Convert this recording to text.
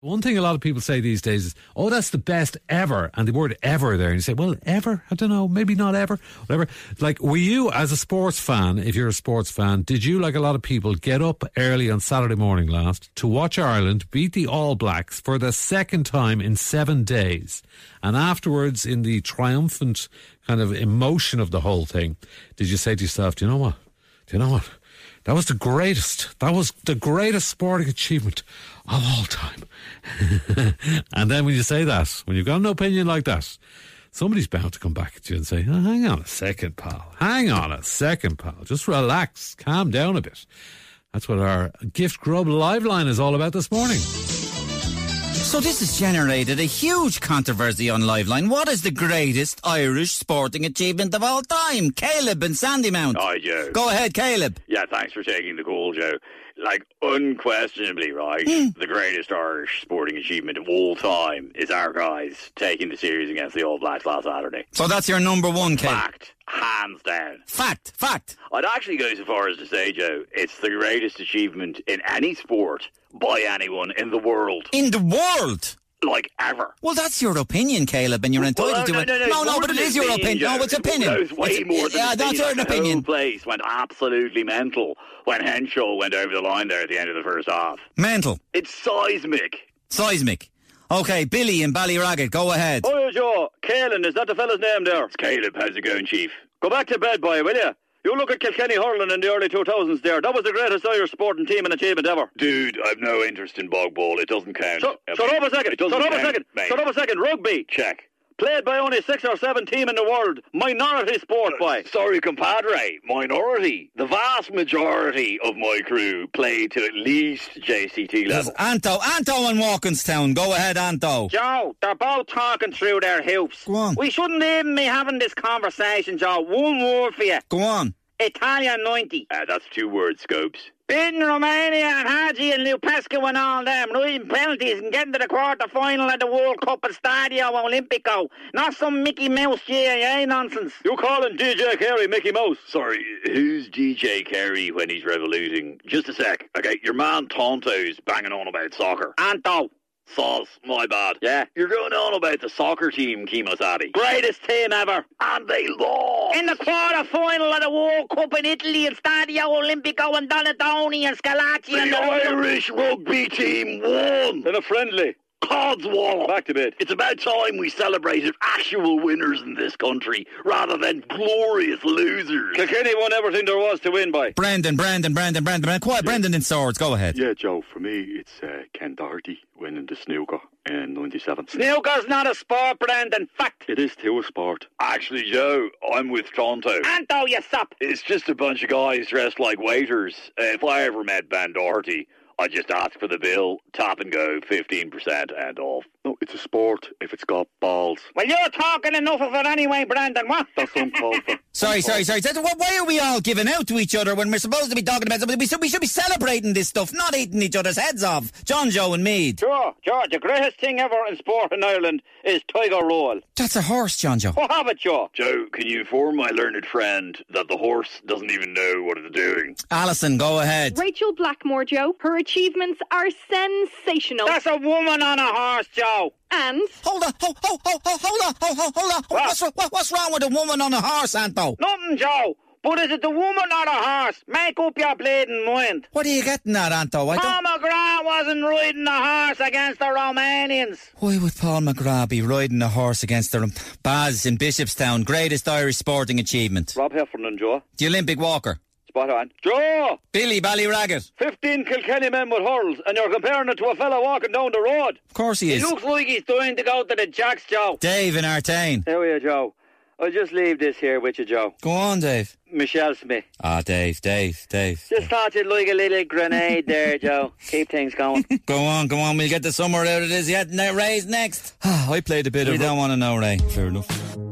One thing a lot of people say these days is, oh, that's the best ever. And the word ever there. And you say, well, ever? I don't know. Maybe not ever. Whatever. Like, were you, as a sports fan, if you're a sports fan, did you, like a lot of people, get up early on Saturday morning last to watch Ireland beat the All Blacks for the second time in seven days? And afterwards, in the triumphant kind of emotion of the whole thing, did you say to yourself, do you know what? Do you know what? That was the greatest. That was the greatest sporting achievement of all time. and then when you say that, when you've got an opinion like that, somebody's bound to come back at you and say, "Oh, hang on a second, pal. Hang on a second, pal. Just relax. Calm down a bit. That's what our Gift Grub live line is all about this morning. So this has generated a huge controversy on Liveline. What is the greatest Irish sporting achievement of all time? Caleb and Sandymount. Hi, Oh, Joe. Go ahead, Caleb. Yeah, thanks for taking the call, Joe. Like, unquestionably, right, Hmm. the greatest Irish sporting achievement of all time is our guys taking the series against the All Blacks last Saturday. So that's your number one, Caleb. Fact. Hands down. Fact, fact. I'd actually go so far as to say, Joe, it's the greatest achievement in any sport by anyone in the world. In the world. Like, ever. Well, that's your opinion, Caleb, and you're Well, entitled to no, it. no, no, it's more but it than is your opinion. Joe. No, it's It opinion. goes way It's- more than yeah, the that's scene. your The opinion. whole place went absolutely mental when Henshaw went over the line there at the end of the first half. Mental. It's seismic. Seismic. Okay, Billy and Ballyragget, go ahead. Oh, yeah, Joe. Caelan, is that the fella's name there? It's Caleb. How's it going, Chief? Go back to bed, boy, will you? You look at Kilkenny hurling in the early 2000s there. That was the greatest Irish sporting team and achievement ever. Dude, I've no interest in bog ball. It doesn't count. Shut, shut up a second. Shut up a second. Shut up a second. Rugby. Check. Played by only six or seven team in the world. Minority sport, boy. Sorry, compadre. Minority. The vast majority of my crew play to at least JCT There's Anto, Anto and Walkinstown. Go ahead, Anto. Joe, they're both talking through their hoops. Go on. We shouldn't even be having this conversation, Joe. One word for you. Go on. Italian 90. Ah, that's two words, Scopes. Beating Romania and Haji and Lupescu and all them, losing penalties and getting to the quarter final at the World Cup at Stadio Olimpico. Not some Mickey Mouse GAA nonsense. You're calling DJ Carey Mickey Mouse? Sorry, who's DJ Carey when he's revoluting? Just a sec. Okay, your man Tonto's banging on about soccer. Anto. Sauce, my bad. Yeah. You're going on about the soccer team, Kemosati. Greatest team ever. And they lost. In the quarter final of the World Cup in Italy and Stadio Olimpico and Donadoni and Scalacci and the Irish rugby team won. In a friendly. Codswallop. Back to bed. It's about time we celebrated actual winners in this country rather than glorious losers. Kilkenny won everything there was to win by. Brendan, Brendan, Brendan, Brendan, Brendan. Quiet, Brendan in swords. Go ahead. Yeah, Joe, for me, it's uh, Ken Doherty winning the snooker in 97. Snooker's not a sport, Brendan. Fact. It is still a sport. Actually, Joe, I'm with Tonto. Anto, you sup? It's just a bunch of guys dressed like waiters. Uh, if I ever met Van Doherty, I'd just ask for the bill, top and go, 15% and off. No, it's a sport if it's got balls. Well, you're talking enough of it anyway, Brandon, what? That's uncalled for. Sorry, sorry, sorry. That's- wh- Why are we all giving out to each other when we're supposed to be talking about something? We should, we should be celebrating this stuff, not eating each other's heads off. John, Joe, and Mead. Sure, Joe, the greatest thing ever in sport in Ireland is Tiger Roll. That's a horse, John, Joe. What have it, Joe? Joe, can you inform my learned friend that the horse doesn't even know what it's doing? Alison, go ahead. Rachel Blackmore, Joe. Her achievements are sensational. a woman on a horse, Joe. and Hold on, ho, ho, ho, ho, hold on, ho, ho, hold on. What's, wr- what, what's wrong with a woman on a horse, Anto? Nothing, Joe. But is it the woman or the horse? Make up your bleeding mind. What are you getting at, Anto? I don't, Paul McGrath wasn't riding the horse against the Romanians. why would Paul McGrath be riding a horse against the Baz in Bishopstown? Greatest Irish sporting achievement. Rob Heffernan, Joe. The Olympic walker. Spot on. Joe! Billy Ballyragget. 15 Kilkenny men with hurls, and you're comparing it to a fella walking down the road. Of course he He is. looks like he's dying to go to the jacks, Joe. Dave in Artane. There we are, Joe. I'll just leave this here with you, Joe. Go on, Dave. Michelle Smith. Ah, Dave, Dave, Dave. Just thought you'd like a little grenade there, Joe. Keep things going. Go on, go on. We'll get the summer out of this yet. Now, Ray's next. I played a bit of. We don't want to know, Ray. Fair enough.